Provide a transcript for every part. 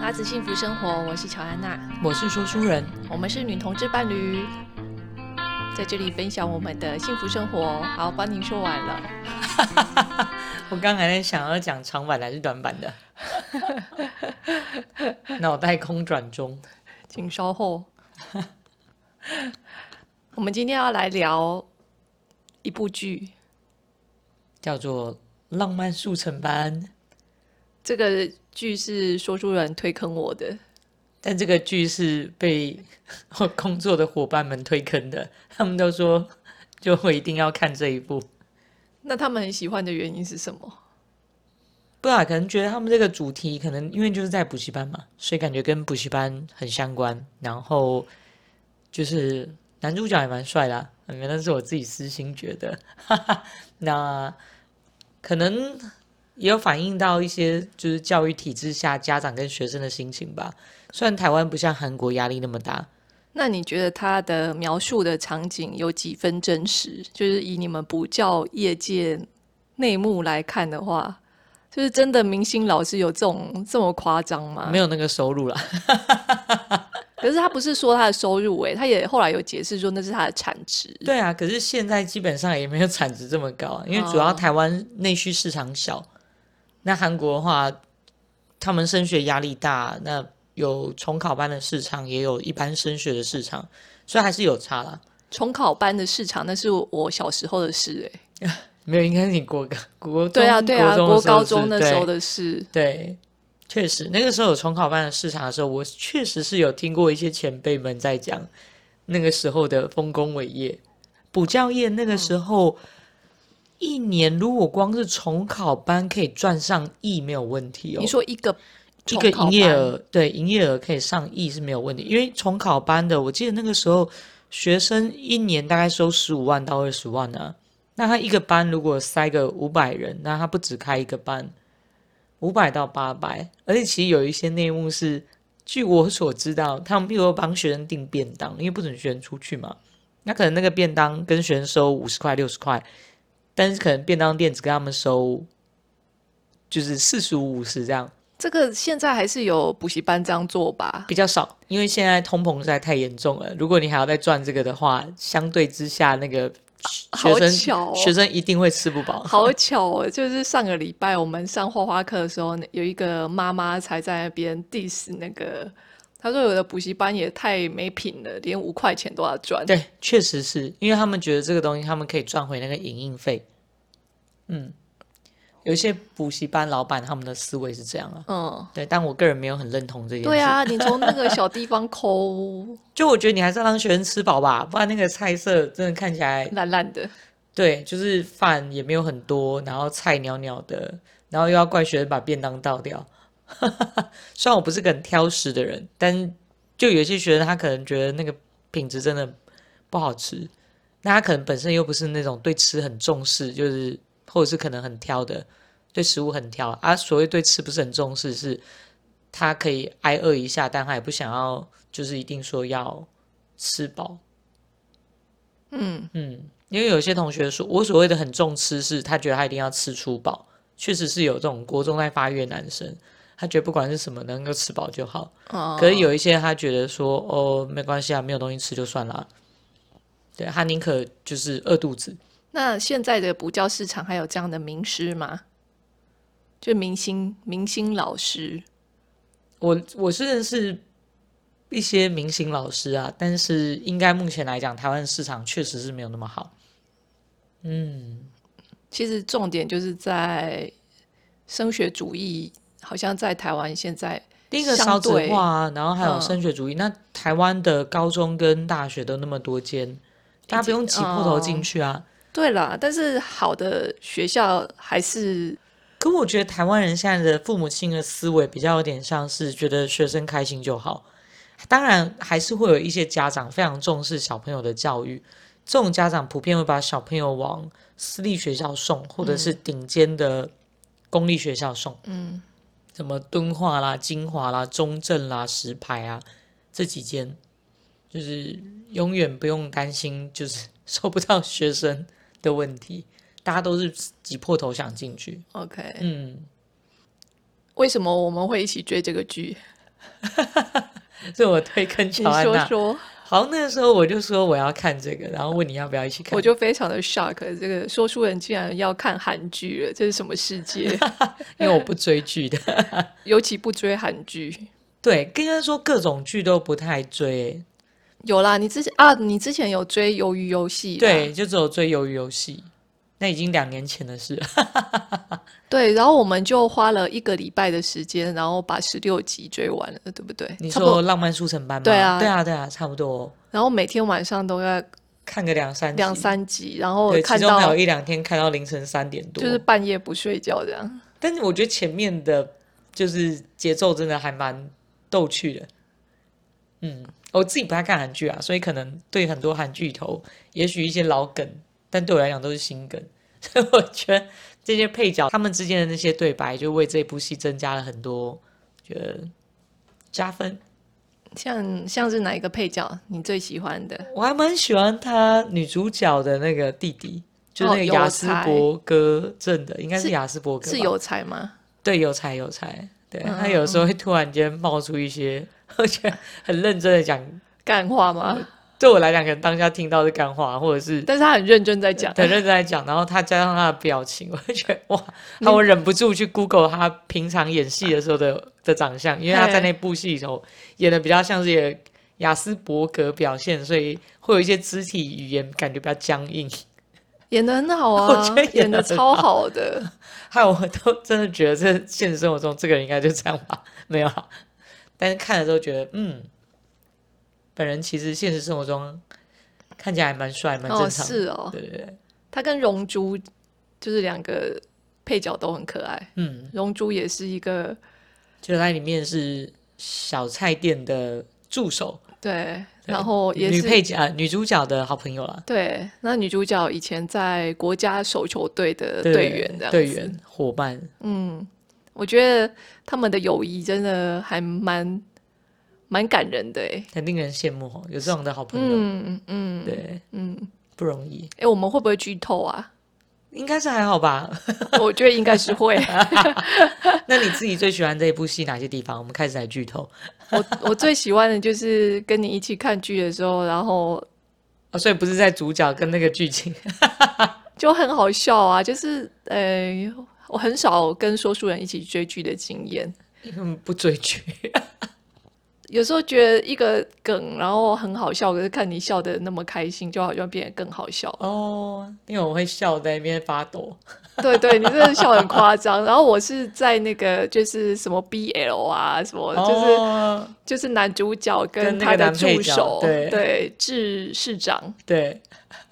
拉子幸福生活，我是乔安娜，我是说书人，我们是女同志伴侣，在这里分享我们的幸福生活。好，帮您说完了。我刚才在想要讲长版还是短版的， 脑袋空转中。请稍后。 我们今天要来聊一部剧，叫做《浪漫速成班》，这个剧是说书人推坑我的，但这个剧是被我工作的伙伴们推坑的，他们都说就我一定要看这一部，那他们很喜欢的原因是什么？不啊然可能觉得他们这个主题可能因为就是在补习班嘛，所以感觉跟补习班很相关。然后就是男主角也蛮帅的、啊，嗯那是我自己私心觉得。 那可能也有反映到一些就是教育体制下家长跟学生的心情吧。虽然台湾不像韩国压力那么大，那你觉得他的描述的场景有几分真实？就是以你们不教业界内幕来看的话，就是真的明星老师有这种这么夸张吗？没有那个收入啦。可是他不是说他的收入、欸，他也后来有解释说那是他的产值。对啊，可是现在基本上也没有产值这么高啊，因为主要哦台湾内需市场小。那韩国的话，他们升学压力大，那有重考班的市场，也有一般升学的市场，所以还是有差啦。重考班的市场，那是我小时候的事、欸，没有，应该是你国高国对啊，中对啊，国国中的时候高中是那对时候的事。对，确实，那个时候有重考班的市场的时候，我确实是有听过一些前辈们在讲那个时候的丰功伟业。补教业那嗯个时候，一年如果光是重考班可以赚上亿没有问题哦。你说一个一重个考营业班额，对，营业额可以上亿是没有问题，因为重考班的，我记得那个时候学生一年大概收十五万到二十万呢、那他一个班如果塞个五百人，那他不止开一个班，五百到八百，而且其实有一些内幕是，据我所知道，他们譬如说帮学生订便当，因为不准学生出去嘛，那可能那个便当跟学生收五十块六十块，但是可能便当店只跟他们收就是四十五五十这样。这个现在还是有补习班这样做吧？比较少，因为现在通膨实在太严重了。如果你还要再赚这个的话，相对之下，那个学好生、巧哦学生一定会吃不 饱。好巧哦！就是上个礼拜我们上画画课的时候，有一个妈妈才在那边 diss 那个，她说有的补习班也太没品了，连五块钱都要赚。对，确实是因为他们觉得这个东西他们可以赚回那个营运费。嗯，有一些补习班老板他们的思维是这样啊。嗯，对，但我个人没有很认同这件事。对，啊，你从那个小地方抠就我觉得你还是要让学生吃饱吧，不然那个菜色真的看起来烂烂的，对，就是饭也没有很多，然后菜袅袅的，然后又要怪学生把便当倒掉。 虽然我不是个很挑食的人，但就有一些学生他可能觉得那个品质真的不好吃，那他可能本身又不是那种对吃很重视，就是或者是可能很挑的，对食物很挑啊。所谓对吃不是很重视，是他可以挨饿一下，但他也不想要，就是一定说要吃饱。嗯，嗯，因为有些同学说，我所谓的很重吃，是他觉得他一定要吃出饱，确实是有这种国中在发育的男生，他觉得不管是什么能够吃饱就好。哦可是有一些他觉得说，哦，没关系啊，没有东西吃就算了啊，对他宁可就是饿肚子。嗯那现在的补教市场还有这样的名师吗？就明星明星老师，我我是认识一些明星老师啊，但是应该目前来讲，台湾市场确实是没有那么好。嗯，其实重点就是在升学主义，好像在台湾现在第一个相少子对化啊，然后还有嗯升学主义。那台湾的高中跟大学都那么多间，大家不用挤破嗯头进去啊。对啦，但是好的学校还是可我觉得台湾人现在的父母亲的思维比较有点像是觉得学生开心就好，当然还是会有一些家长非常重视小朋友的教育，这种家长普遍会把小朋友往私立学校送，或者是顶尖的公立学校送。嗯，什么敦化啦、金华啦、中正啦、石牌啊这几间，就是永远不用担心就是收不到学生的问题，大家都是挤破头想进去。 OK。嗯，为什么我们会一起追这个剧？嗯所以我推坑你乔安说娜。说，好像那个时候我就说我要看这个，然后问你要不要一起看。我就非常的 shock，这个说书人竟然要看韩剧了，这是什么世 界？因为我不追剧 的，尤其不追韩剧。对，跟他说各种剧都不太追，有啦，你之前啊，你之前有追《鱿鱼游戏》啦？对，就只有追鱿鱼游戏。那已经两年前的事了，对，然后我们就花了一个礼拜的时间，然后把十六集追完了，对不对？你差不多说。浪漫速成班吗？对啊对啊，对啊，差不多，然后每天晚上都要看个两三集两，三集，然后对，看其中还到有一两天看到凌晨三点多，就是半夜不睡觉这样。但是我觉得前面的就是节奏真的还蛮逗趣的。嗯，我自己不太看韩剧啊，所以可能对很多韩剧头，也许一些老梗，但对我来讲都是新梗。 所以我觉得这些配角他们之间的那些对白，就为这部戏增加了很多，觉得加分。像像是哪一个配角你最喜欢的？我还蛮喜欢他女主角的那个弟弟，就是那哦个有雅斯才伯格症的，应该是是雅斯伯格是吧有才吗？对，有才有才，对嗯他有时候会突然间冒出一些， 而且很认真的讲，干话吗？对我来讲，可能当下听到是干话，或者是但是他很认真在讲。很认真在讲，然后他加上他的表情， 我就觉得哇，那我忍不住去 Google 他平常演戏的时候的的长相，因为他在那部戏里头演的比较像是雅斯伯格表现，所以会有一些肢体语言感觉比较僵硬，演的很好 我啊觉得，演 演得的很超好的。害我都真的觉得这现实生活中这个人应该就这样吧，没有啦。但是看了之后觉得，嗯，本人其实现实生活中看起来还蛮帅， 蛮哦，正常的。是哦，对对对，他跟龙珠就是两个配角都很可爱。嗯，龙珠也是一个就在里面是小菜店的助手，对，对然后哦也女配是角、呃女主角的好朋友啦，对。那女主角以前在国家手球队的对呃队对员，这样队子员伙伴，嗯，我觉得他们的友谊真的还蛮蛮感人的诶。很令人羡慕哦，有这样的好朋友，嗯嗯对，嗯，不容易，哎，我们会不会剧透啊？应该是还好吧？ 我觉得应该是会。 那你自己最喜欢这一部戏哪些地方？我们开始来剧透我我最喜欢的就是跟你一起看剧的时候，然后哦，所以不是在主角跟那个剧情。 就很好笑啊，就是呃，我很少跟说书人一起追剧的经验，嗯，不追剧，有时候觉得一个梗然后很好笑，可是看你笑的那么开心，就好像变得更好笑了。哦，因为我会笑在那边发抖。对对，你真的笑得很夸张。然后我是在那个就是什么 BL 啊，什么、就是哦、就是男主角跟跟那他个的男配助角手对智市长对，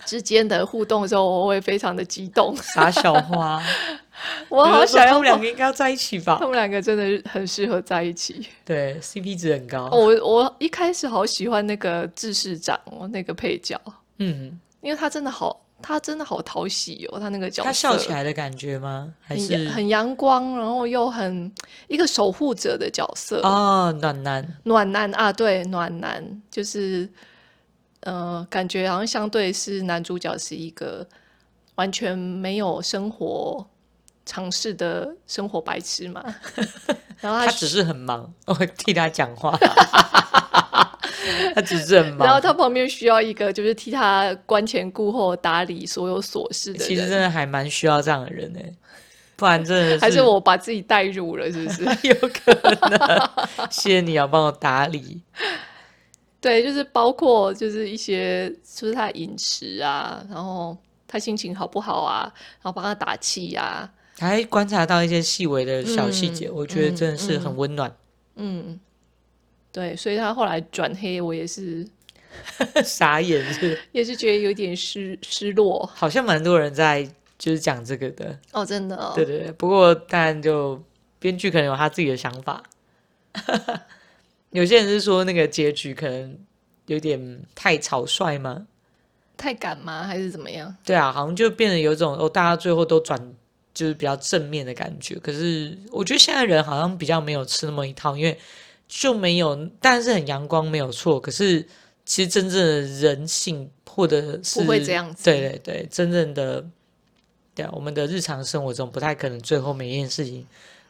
之间的互动的时候，我会非常的激 动，傻小花， 我好想他要们两个应该要在一起吧 他？们两个真的很适合在一起。对，CP 值很高。哦我我一开始好喜欢那个智市长哦，那个配角，嗯，因为他真的好，他真的好讨喜哦，他那个角色，他笑起来的感觉吗？还很是阳很阳光，然后又很一个守护者的角色，哦，暖男暖男啊，对，暖男就是，呃，感觉好像相对是男主角是一个完全没有生活尝试的生活白痴嘛， 然后他他只是很忙，我替他 讲话。他只是很忙，然后他旁边需要一个就是替他观前顾后打理所有琐事的其实人，真的还蛮需要这样的人呢、不然真的还是我把自己带入了，是不是？ 有可能。谢谢你要啊帮我打理。对，就是包括就是一些就是他的饮食啊，然后他心情好不好啊，然后帮他打气啊，还观察到一些细微的小细节，嗯我觉得真的是很温暖。 嗯，对，所以他后来转黑，我也是傻眼是，也是觉得有点失失落好像蛮多人在就是讲这个的，哦，真的哦对，对对。不过当然就编剧可能有他自己的想法， 有些人是说那个结局可能有点太草率嘛，太赶吗？还是怎么样？对啊，好像就变得有种哦，大家最后都转。就是比较正面的感觉，可是我觉得现在人好像比较没有吃那么一套，因为就没有，但是很阳光没有错。可是其实真正的人性或者是不会这样子对对对，真正的对啊，我们的日常生活中不太可能最后每一件事情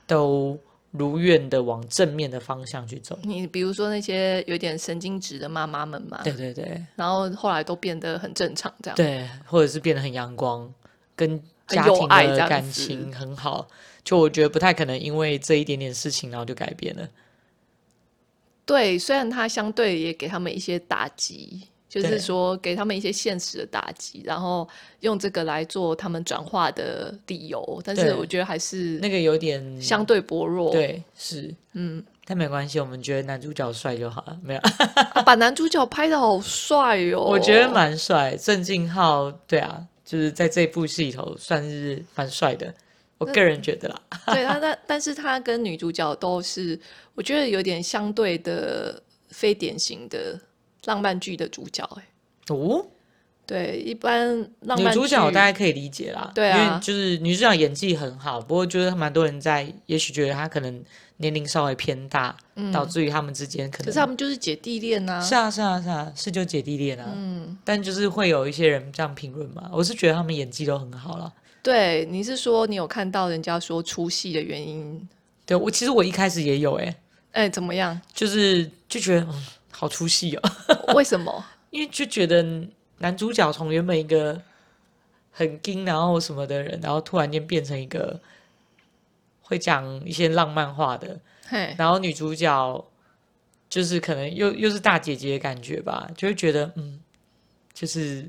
都如愿的往正面的方向去走。你比如说那些有点神经质的妈妈们嘛，对对对然后后来都变得很正常，这样。对，或者是变得很阳光，跟很家有庭爱这的样感子情很好。就我觉得不太可能因为这一点点事情然后就改变了。对，虽然他相对也给他们一些打击，就对是说给他们一些现实的打击，然后用这个来做他们转化的理由，但是对我觉得还是那个有点相对薄弱。，对是，嗯，但没关系，我们觉得男主角帅就好了，没有。啊，把男主角拍的好帅哦， 我觉得蛮帅，郑敬浩，对啊，就是在这部戏里头算是蛮帅的，我个人觉得啦。 对他，但但是他跟女主角都是，我觉得有点相对的非典型的浪漫剧的主角、哎，哦，对，一般浪女漫主角我剧大概可以理解啦，对啊因为就是女主角演技很好，不过就是蛮多人在，也许觉得她可能年龄稍微偏大，导致于他们之间可可能是他们嗯就是姐弟恋呐、是啊是啊是啊是就姐弟恋啊，嗯，但就是会有一些人这样评论嘛，我是觉得他们演技都很好啦。对，你是说你有看到人家说出戏的原因？对我其实我一开始也有哎、哎，怎么样？就是就觉得、嗯、好出戏哦。 为什么？因为就觉得男主角从原本一个很硬然后什么的人，然后突然间变成一个会讲一些浪漫话的，嘿，然后女主角就是可能又又是大姐姐的感觉吧，就会觉得嗯，就是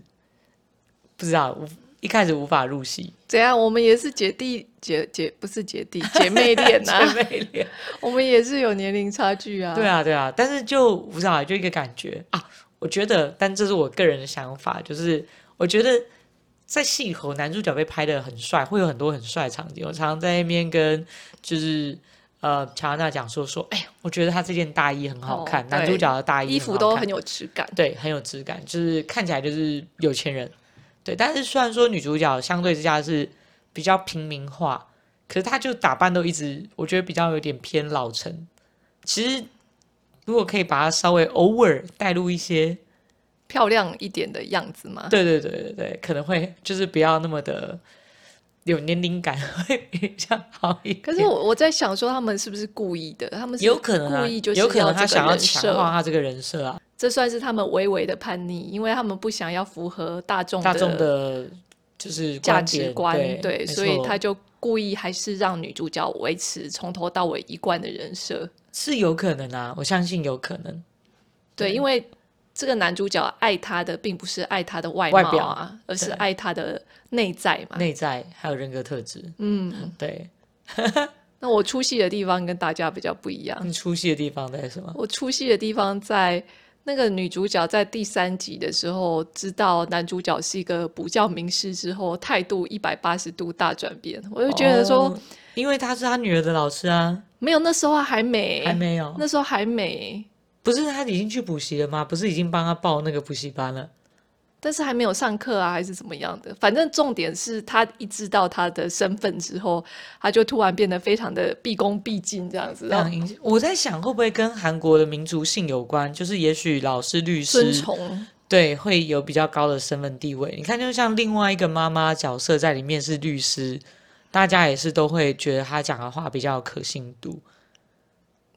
不知道无一开始无法入戏，怎样？我们也是姐弟姐姐，不是姐弟姐妹恋呐、 姐妹 恋。我们也是有年龄差距啊。对，啊，对啊，但是就不知道，就一个感觉啊。我觉得，但这是我个人的想法，就是我觉得在戏里头，男主角被拍的很帅，会有很多很帅的场景。我常常在那边跟就是呃乔安娜讲说说，哎呀，我觉得他这件大衣很哦好看，男主对角的大衣衣很服好都看很有质感。对，很有质感，就是看起来就是有钱人。对，但是虽然说女主角相对之下是比较平民化，可是她就打扮都一直我觉得比较有点偏老成。其实如果可以把它稍微偶尔带入一些，漂亮一点的样子吗？对对对对对，可能会就是不要那么的有年龄感， 会比较好一点。可是我我在想说，他们是不是故意的？他们是有可能、啊故意就，是有可能他这想个要人强化设，他这个人设啊，这算是他们微微的叛逆，因为他们不想要符合大众大众的。就是价观值点观，对，没所以错他就故意还是让女主角维持从头到尾一贯的人设。是有可能啊，我相信有可能。对，对因为这个男主角爱她的并不是爱她的外外貌表啊，而是对爱她的内在嘛。内在还有人格特质，嗯，对那我出戏的地方跟大家比较不一样，你出戏的地方在什么？我出戏的地方在。那个女主角在第三集的时候知道男主角是一个补教名师之后，态度一百八十度大转变，我就觉得说、哦因为他是他女儿的老师啊，没有，那时候还没，还没有，那时候还没，不是他已经去补习了吗？不是已经帮他报那个补习班了？但是还没有上课啊，还是怎么样的？反正重点是他一知道他的身份之后，他就突然变得非常的毕恭毕敬这样子，这然后样影响，我在想会不会跟韩国的民族性有关？就是也许老师、律尊师崇。对会有比较高的身份地位。你看，就像另外一个妈妈角色在里面是律师，大家也是都会觉得他讲的话比较有可信度。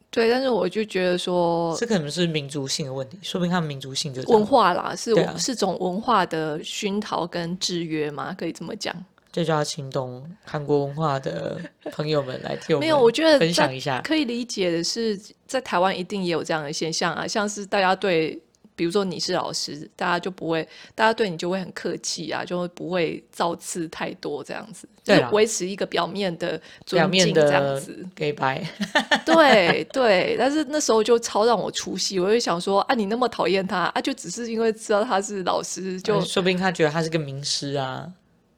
对，但是我就觉得说这可能是民族性的问题，说不定他们民族性就这样文化啦，是、对啊是种文化的熏陶跟制约嘛，可以这么讲。这就要请懂韩国文化的朋友们来替我 没们有，我觉得分享在一下。可以理解的是，在台湾一定也有这样的现象啊，像是大家对，比如说你是老师，大家就不会，大家对你就会很客气啊，就会不会造次太多这样子，就对是啦维持一个表面的表尊面敬这的样 子。给白，对对，但是那时候就超让我出戏，我就想说啊，你那么讨厌他啊，就只是因为知道他是老师，就、就呃说不定他觉得他哎是个名师啊，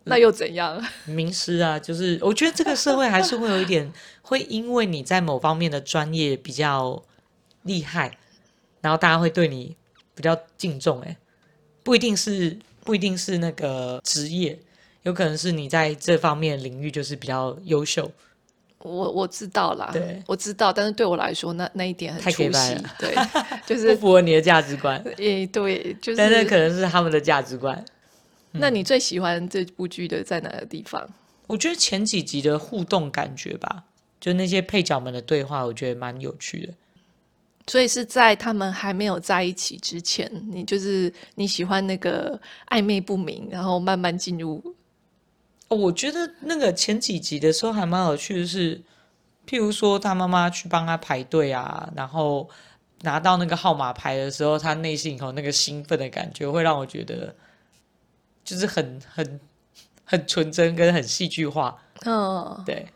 那又怎样？名师啊，就是我觉得这个社会还是会有一点，会因为你在某方面的专业比较厉害，然后大家会对你比较敬重、欸。哎，不一定是不一定是那个职业，有可能是你在这方面领域就是比较优秀。我我知道啦对，我知道，但是对我来说，那那一点很太出给白戏，对，就不是符合你的价值观，诶，对，就是。但那可嗯能是他们的价值观。那你最喜欢这部剧的在哪个地方？我觉得前几集的互动感觉吧，就那些配角们的对话，我觉得蛮有趣的。所以是在他们还没有在一起之前，你就是你喜欢那个暧昧不明，然后慢慢进入哦，我觉得那个前几集的时候还蛮有趣的是，譬如说他妈妈去帮他排队啊，然后拿到那个号码牌的时候，他内心有那个兴奋的感觉，会让我觉得就是很很很纯真跟很戏剧化。嗯，对，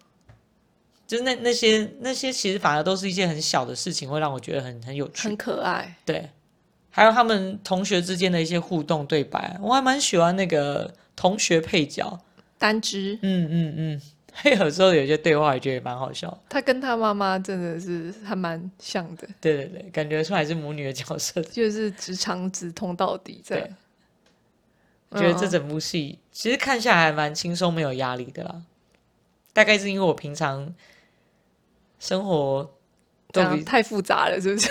就是那那些那些其实反而都是一些很小的事情，会让我觉得很很有很趣。可爱。对，还有他们同学之间的一些互动对白，我还蛮喜欢那个同学配角。单只，嗯嗯嗯，还有时候有些对话也觉得也蛮好笑。他跟他妈妈真的是还蛮像的，对对对，感觉出来是母女的角色，就是直肠直通到底这样对。觉得这嗯整部戏其实看下来还蛮轻松，没有压力的啦。大概是因为我平常生活这都样比太复杂了，是不是？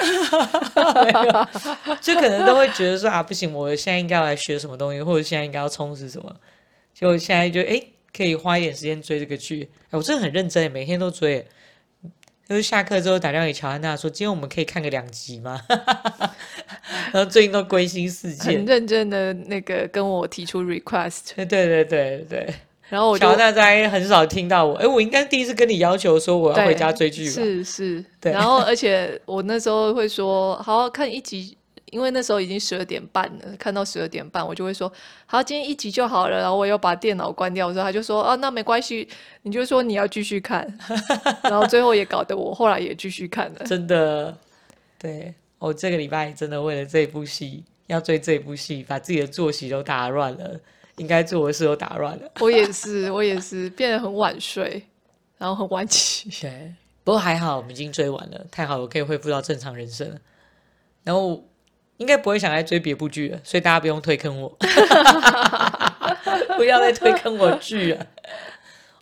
就可能都会觉得说啊，不行，我现在应该要来学什么东西，或者现在应该要充实什么。结果现在就哎，可以花一点时间追这个剧。哎，我真的很认真，每天都追。就是下课之后打电话给乔安娜说，今天我们可以看个两集吗？ 然后最近都归心似很箭。认真的那个跟我提出 request，对对对对对，然后我就乔安娜在很少听到我。哎，我应该第一次跟你要求说我要对回家追剧吧？是是，对然后而且我那时候会说，好好看一集，因为那时候已经十二点半了，看到十二点半，我就会说，好，今天一集就好了。然后我又把电脑关掉之后，他就说，啊，那没关系，你就说你要继续 看。然后最后也搞得我后来也继续看 了。真的，对我、这个礼拜真的为了这部戏，要追这部戏，把自己的作息都打乱了，应该做的事都打乱了。我也是，我也是变得很晚睡，然后很晚起。对，不过还好我们已经追完了，太好了，我可以恢复到正常人生了。然后应该不会想来追别部剧了，所以大家不用推坑我，不要再推坑我剧了。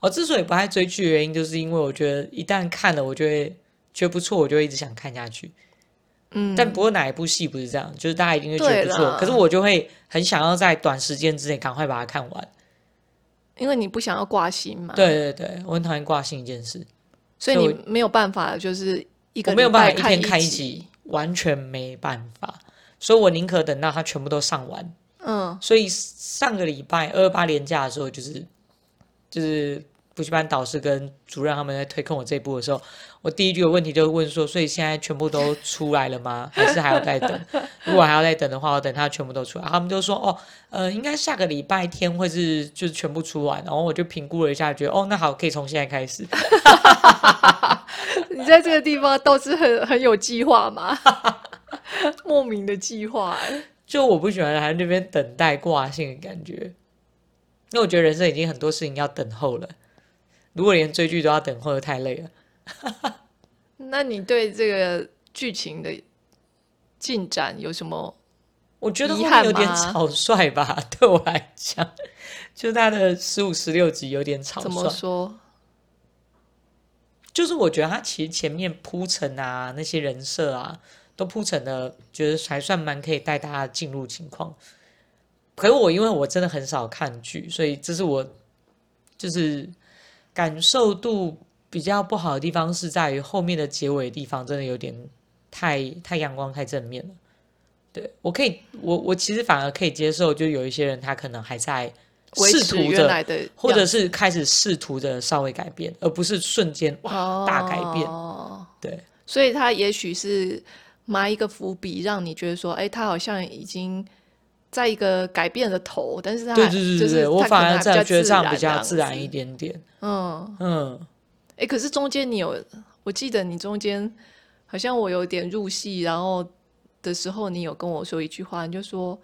我之所以不爱追剧的原因，就是因为我觉得一旦看了，我就会觉得不错，我就会一直想看下去。嗯，但不过哪一部戏不是这样？就是大家一定会觉对得不错啦，可是我就会很想要在短时间之内赶快把它看完。嗯因为你不想要挂心嘛，，对对对，我很讨厌挂心一件事，所以所以你没有办法，就是一个我没有礼办法拜一天看一一集，完全没办法，所以我宁可等到它全部都上完。嗯，所以上个礼拜二八连假的时候，就是就是补习班导师跟主任他们在推坑我这一步的时候，我第一句的问题就是问说，所以现在全部都出来了吗？ 还是还要再等？如果还要再等的话，我等它全部都出来。他们就说，哦，呃，应该下个礼拜天会是就是全部出完。然后我就评估了一下，觉得哦，那好，可以从现在开始。你在这个地方倒是很很有计划 嘛，莫名的计划欸、就我不喜欢还在那边等待挂性的感觉，因为我觉得人生已经很多事情要等候了，如果连追剧都要等候，太累了。那你对这个剧情的进展有什么？我觉得后遗面憾有点吗草率吧， 对我来讲，就他的十五、十六集有点草怎么率。说？就是我觉得他其实前面铺陈啊，那些人设啊，都铺陈的，觉得还算蛮可以带大家进入情况。可是我因为我真的很少看剧，所以这是我就是感受度比较不好的地方，是在于后面的结尾的地方，真的有点太太阳光、太正面了。对我可以，我我其实反而可以接受，就有一些人他可能还在维试持图原着来的，或者是开始试图的稍微改变，而不是瞬间哇、大改变。哦，对，所以他也许是埋一个伏笔，让你觉得说，哎、他好像已经在一个改变的头，但是他对对对就对是对，我他可反能而还这样觉得这样比比较自然子一点点。嗯，嗯，哎、可是中间你有，我记得你中间好像我有点入戏，然后的时候你有跟我说一句话，你就说，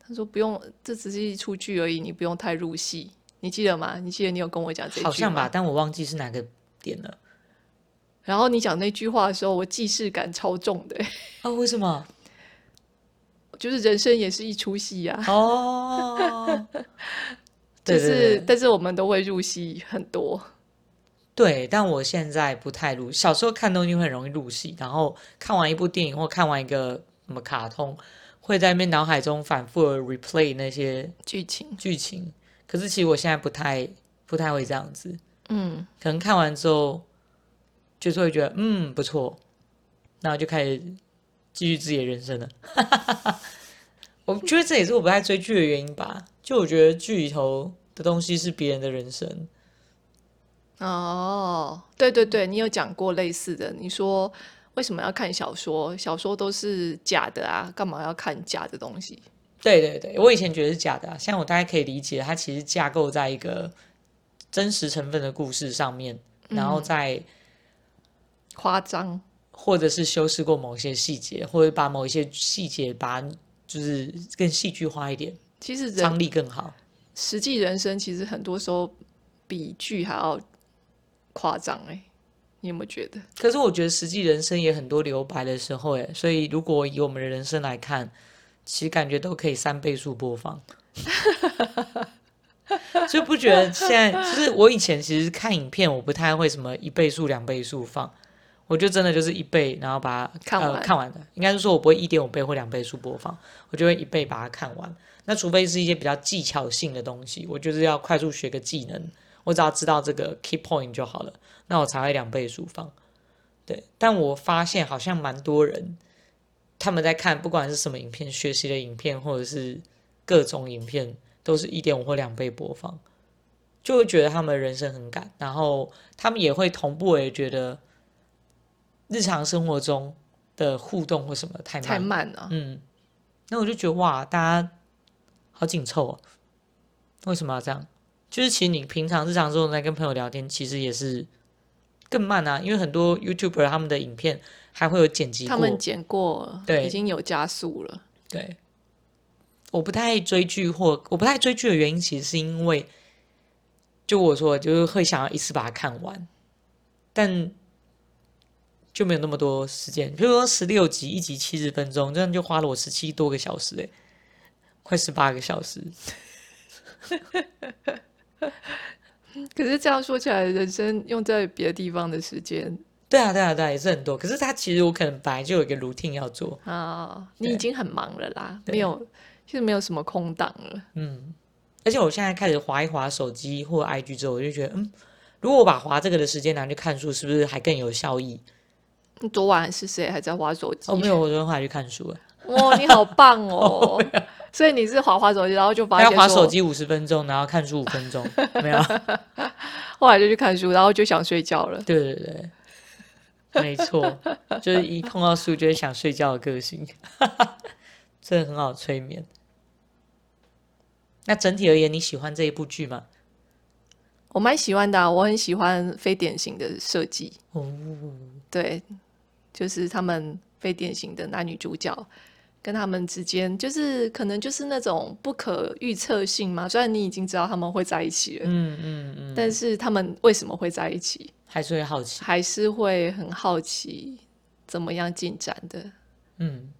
他说不用，这只是一出剧而已，你不用太入戏，你记得吗？你记得你有跟我讲这句好像吗吧，但我忘记是哪个点了。然后你讲那句话的时候，我既视感超重的， 啊，为什么？就是人生也是一出戏呀、啊， 哦，就对是对对对但是我们都会入戏很多，对，但我现在不太入。小时候看东西会很容易入戏，然后看完一部电影或看完一个什么卡通，会在那边脑海中反复的 replay 那些剧情，剧情。可是其实我现在不太不太会这样子，嗯，可能看完之后，就是会觉得嗯不错，然后就开始继续自己的人生了。 我觉得这也是我不太追剧的原因吧，就我觉得剧里头的东西是别人的人生，哦，对对对，你有讲过类似的，你说为什么要看小说？小说都是假的啊，干嘛要看假的东西？对对对，我以前觉得是假的、啊，现在我大概可以理解，它其实架构在一个真实成分的故事上面，然后再夸张，或者是修饰过某些细节，或者把某一些细节把它就是更戏剧化一点，其实人张力更好。实际人生其实很多时候比剧还要夸张哎、你有没有觉得？可是我觉得实际人生也很多留白的时候，哎，所以如果以我们的人生来看，其实感觉都可以三倍速播放， 就不觉得现在就是我以前其实看影片，我不太会什么一倍速、两倍速放，我就真的就是一倍，然后把它看呃、完看完的，应该是说我不会一点五倍或两倍速播放，我就会一倍把它看完。那除非是一些比较技巧性的东西，我就是要快速学个技能，我只要知道这个 key point 就好了，那我才会两倍速放。对，但我发现好像蛮多人他们在看，不管是什么影片，学习的影片或者是各种影片，都是一点五或两倍播放，就会觉得他们人生很赶，然后他们也会同步也觉得日常生活中的互动或什么太慢太了慢啊了、嗯，那我就觉得哇，大家好紧凑哦，为什么要这样？就是其实你平常日常中在跟朋友聊天，其实也是更慢啊，因为很多 YouTuber 他们的影片还会有剪辑他过，们剪过了，对已经有加速了。对，我不太追剧或我不太追剧的原因，其实是因为，就我说的，就是会想要一次把它看完，但就没有那么多时间。比如说十六集，一集七十分钟，这样就花了我十七多个小时、欸，快十八个小时。可是这样说起来，人生用在别的地方的时间对啊，对啊，对啊，也是很多。可是它其实我可能本来就有一个 routine 要做，啊，你对已经很忙了啦，对没有，其实没有什么空档了。嗯，而且我现在开始划一划手机或 IG 之后，我就觉得，嗯，如果我把划这个的时间拿去看书，是不是还更有效益？你昨晚是谁还在划手机？哦，没有，我昨天还去看书了，哇，你好棒 哦！所以你是滑滑手机，然后就发还现要说划手，机五十分钟，然后看书五分钟，没有？ 后来就去看书，然后就想睡觉了。对对对，没错，就是一碰到书就会想睡觉的个性， 真的很好催眠。那整体而言，你喜欢这一部剧吗？我蛮喜欢的啊、我很喜欢非典型的设计，哦，对，就是他们非典型的男女主角跟他们之间，就是可能就是那种不可预测性嘛。虽然你已经知道他们会在一起了，嗯嗯嗯，但是他们为什么会在一起，还是会好奇，还是会很好奇怎么样进展的。嗯。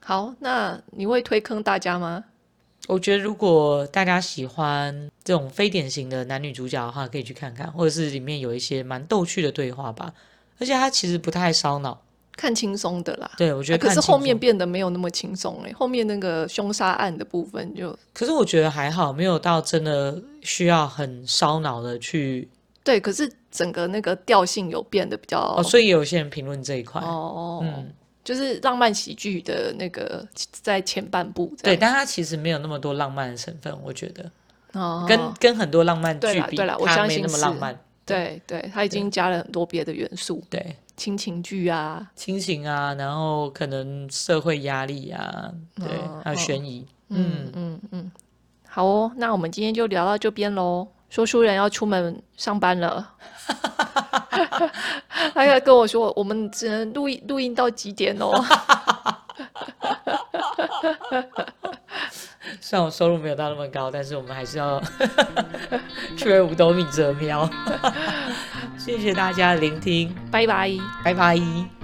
好，那你会推坑大家吗？我觉得如果大家喜欢这种非典型的男女主角的话，可以去看看，或者是里面有一些蛮逗趣的对话吧。而且它其实不太烧脑，看轻松的啦。对我觉得啊可看是轻后松、面变得没有那么轻松哎，后面那个凶杀案的部分就可是我觉得还好，没有到真的需要很烧脑的去对，可是整个那个调性有变得比较哦所以有些人评论这一块，哦嗯就是浪漫喜剧的那个在前半部这对，样，但它其实没有那么多浪漫的成分，我觉得哦跟、跟很多浪漫对剧啦比，对啦我它相没信那么是浪漫，对对，他已经加了很多别的元素，对，亲情剧啊，亲情啊，然后可能社会压力啊，对，哦还有哦悬疑，嗯嗯嗯，好哦，那我们今天就聊到这边喽。说书人要出门上班了，他要跟我说，我们只能录音录音到几点哦？虽然我收入没有到那么高，但是我们还是要 却五 斗米折腰。谢谢大家的聆听，拜拜。拜拜。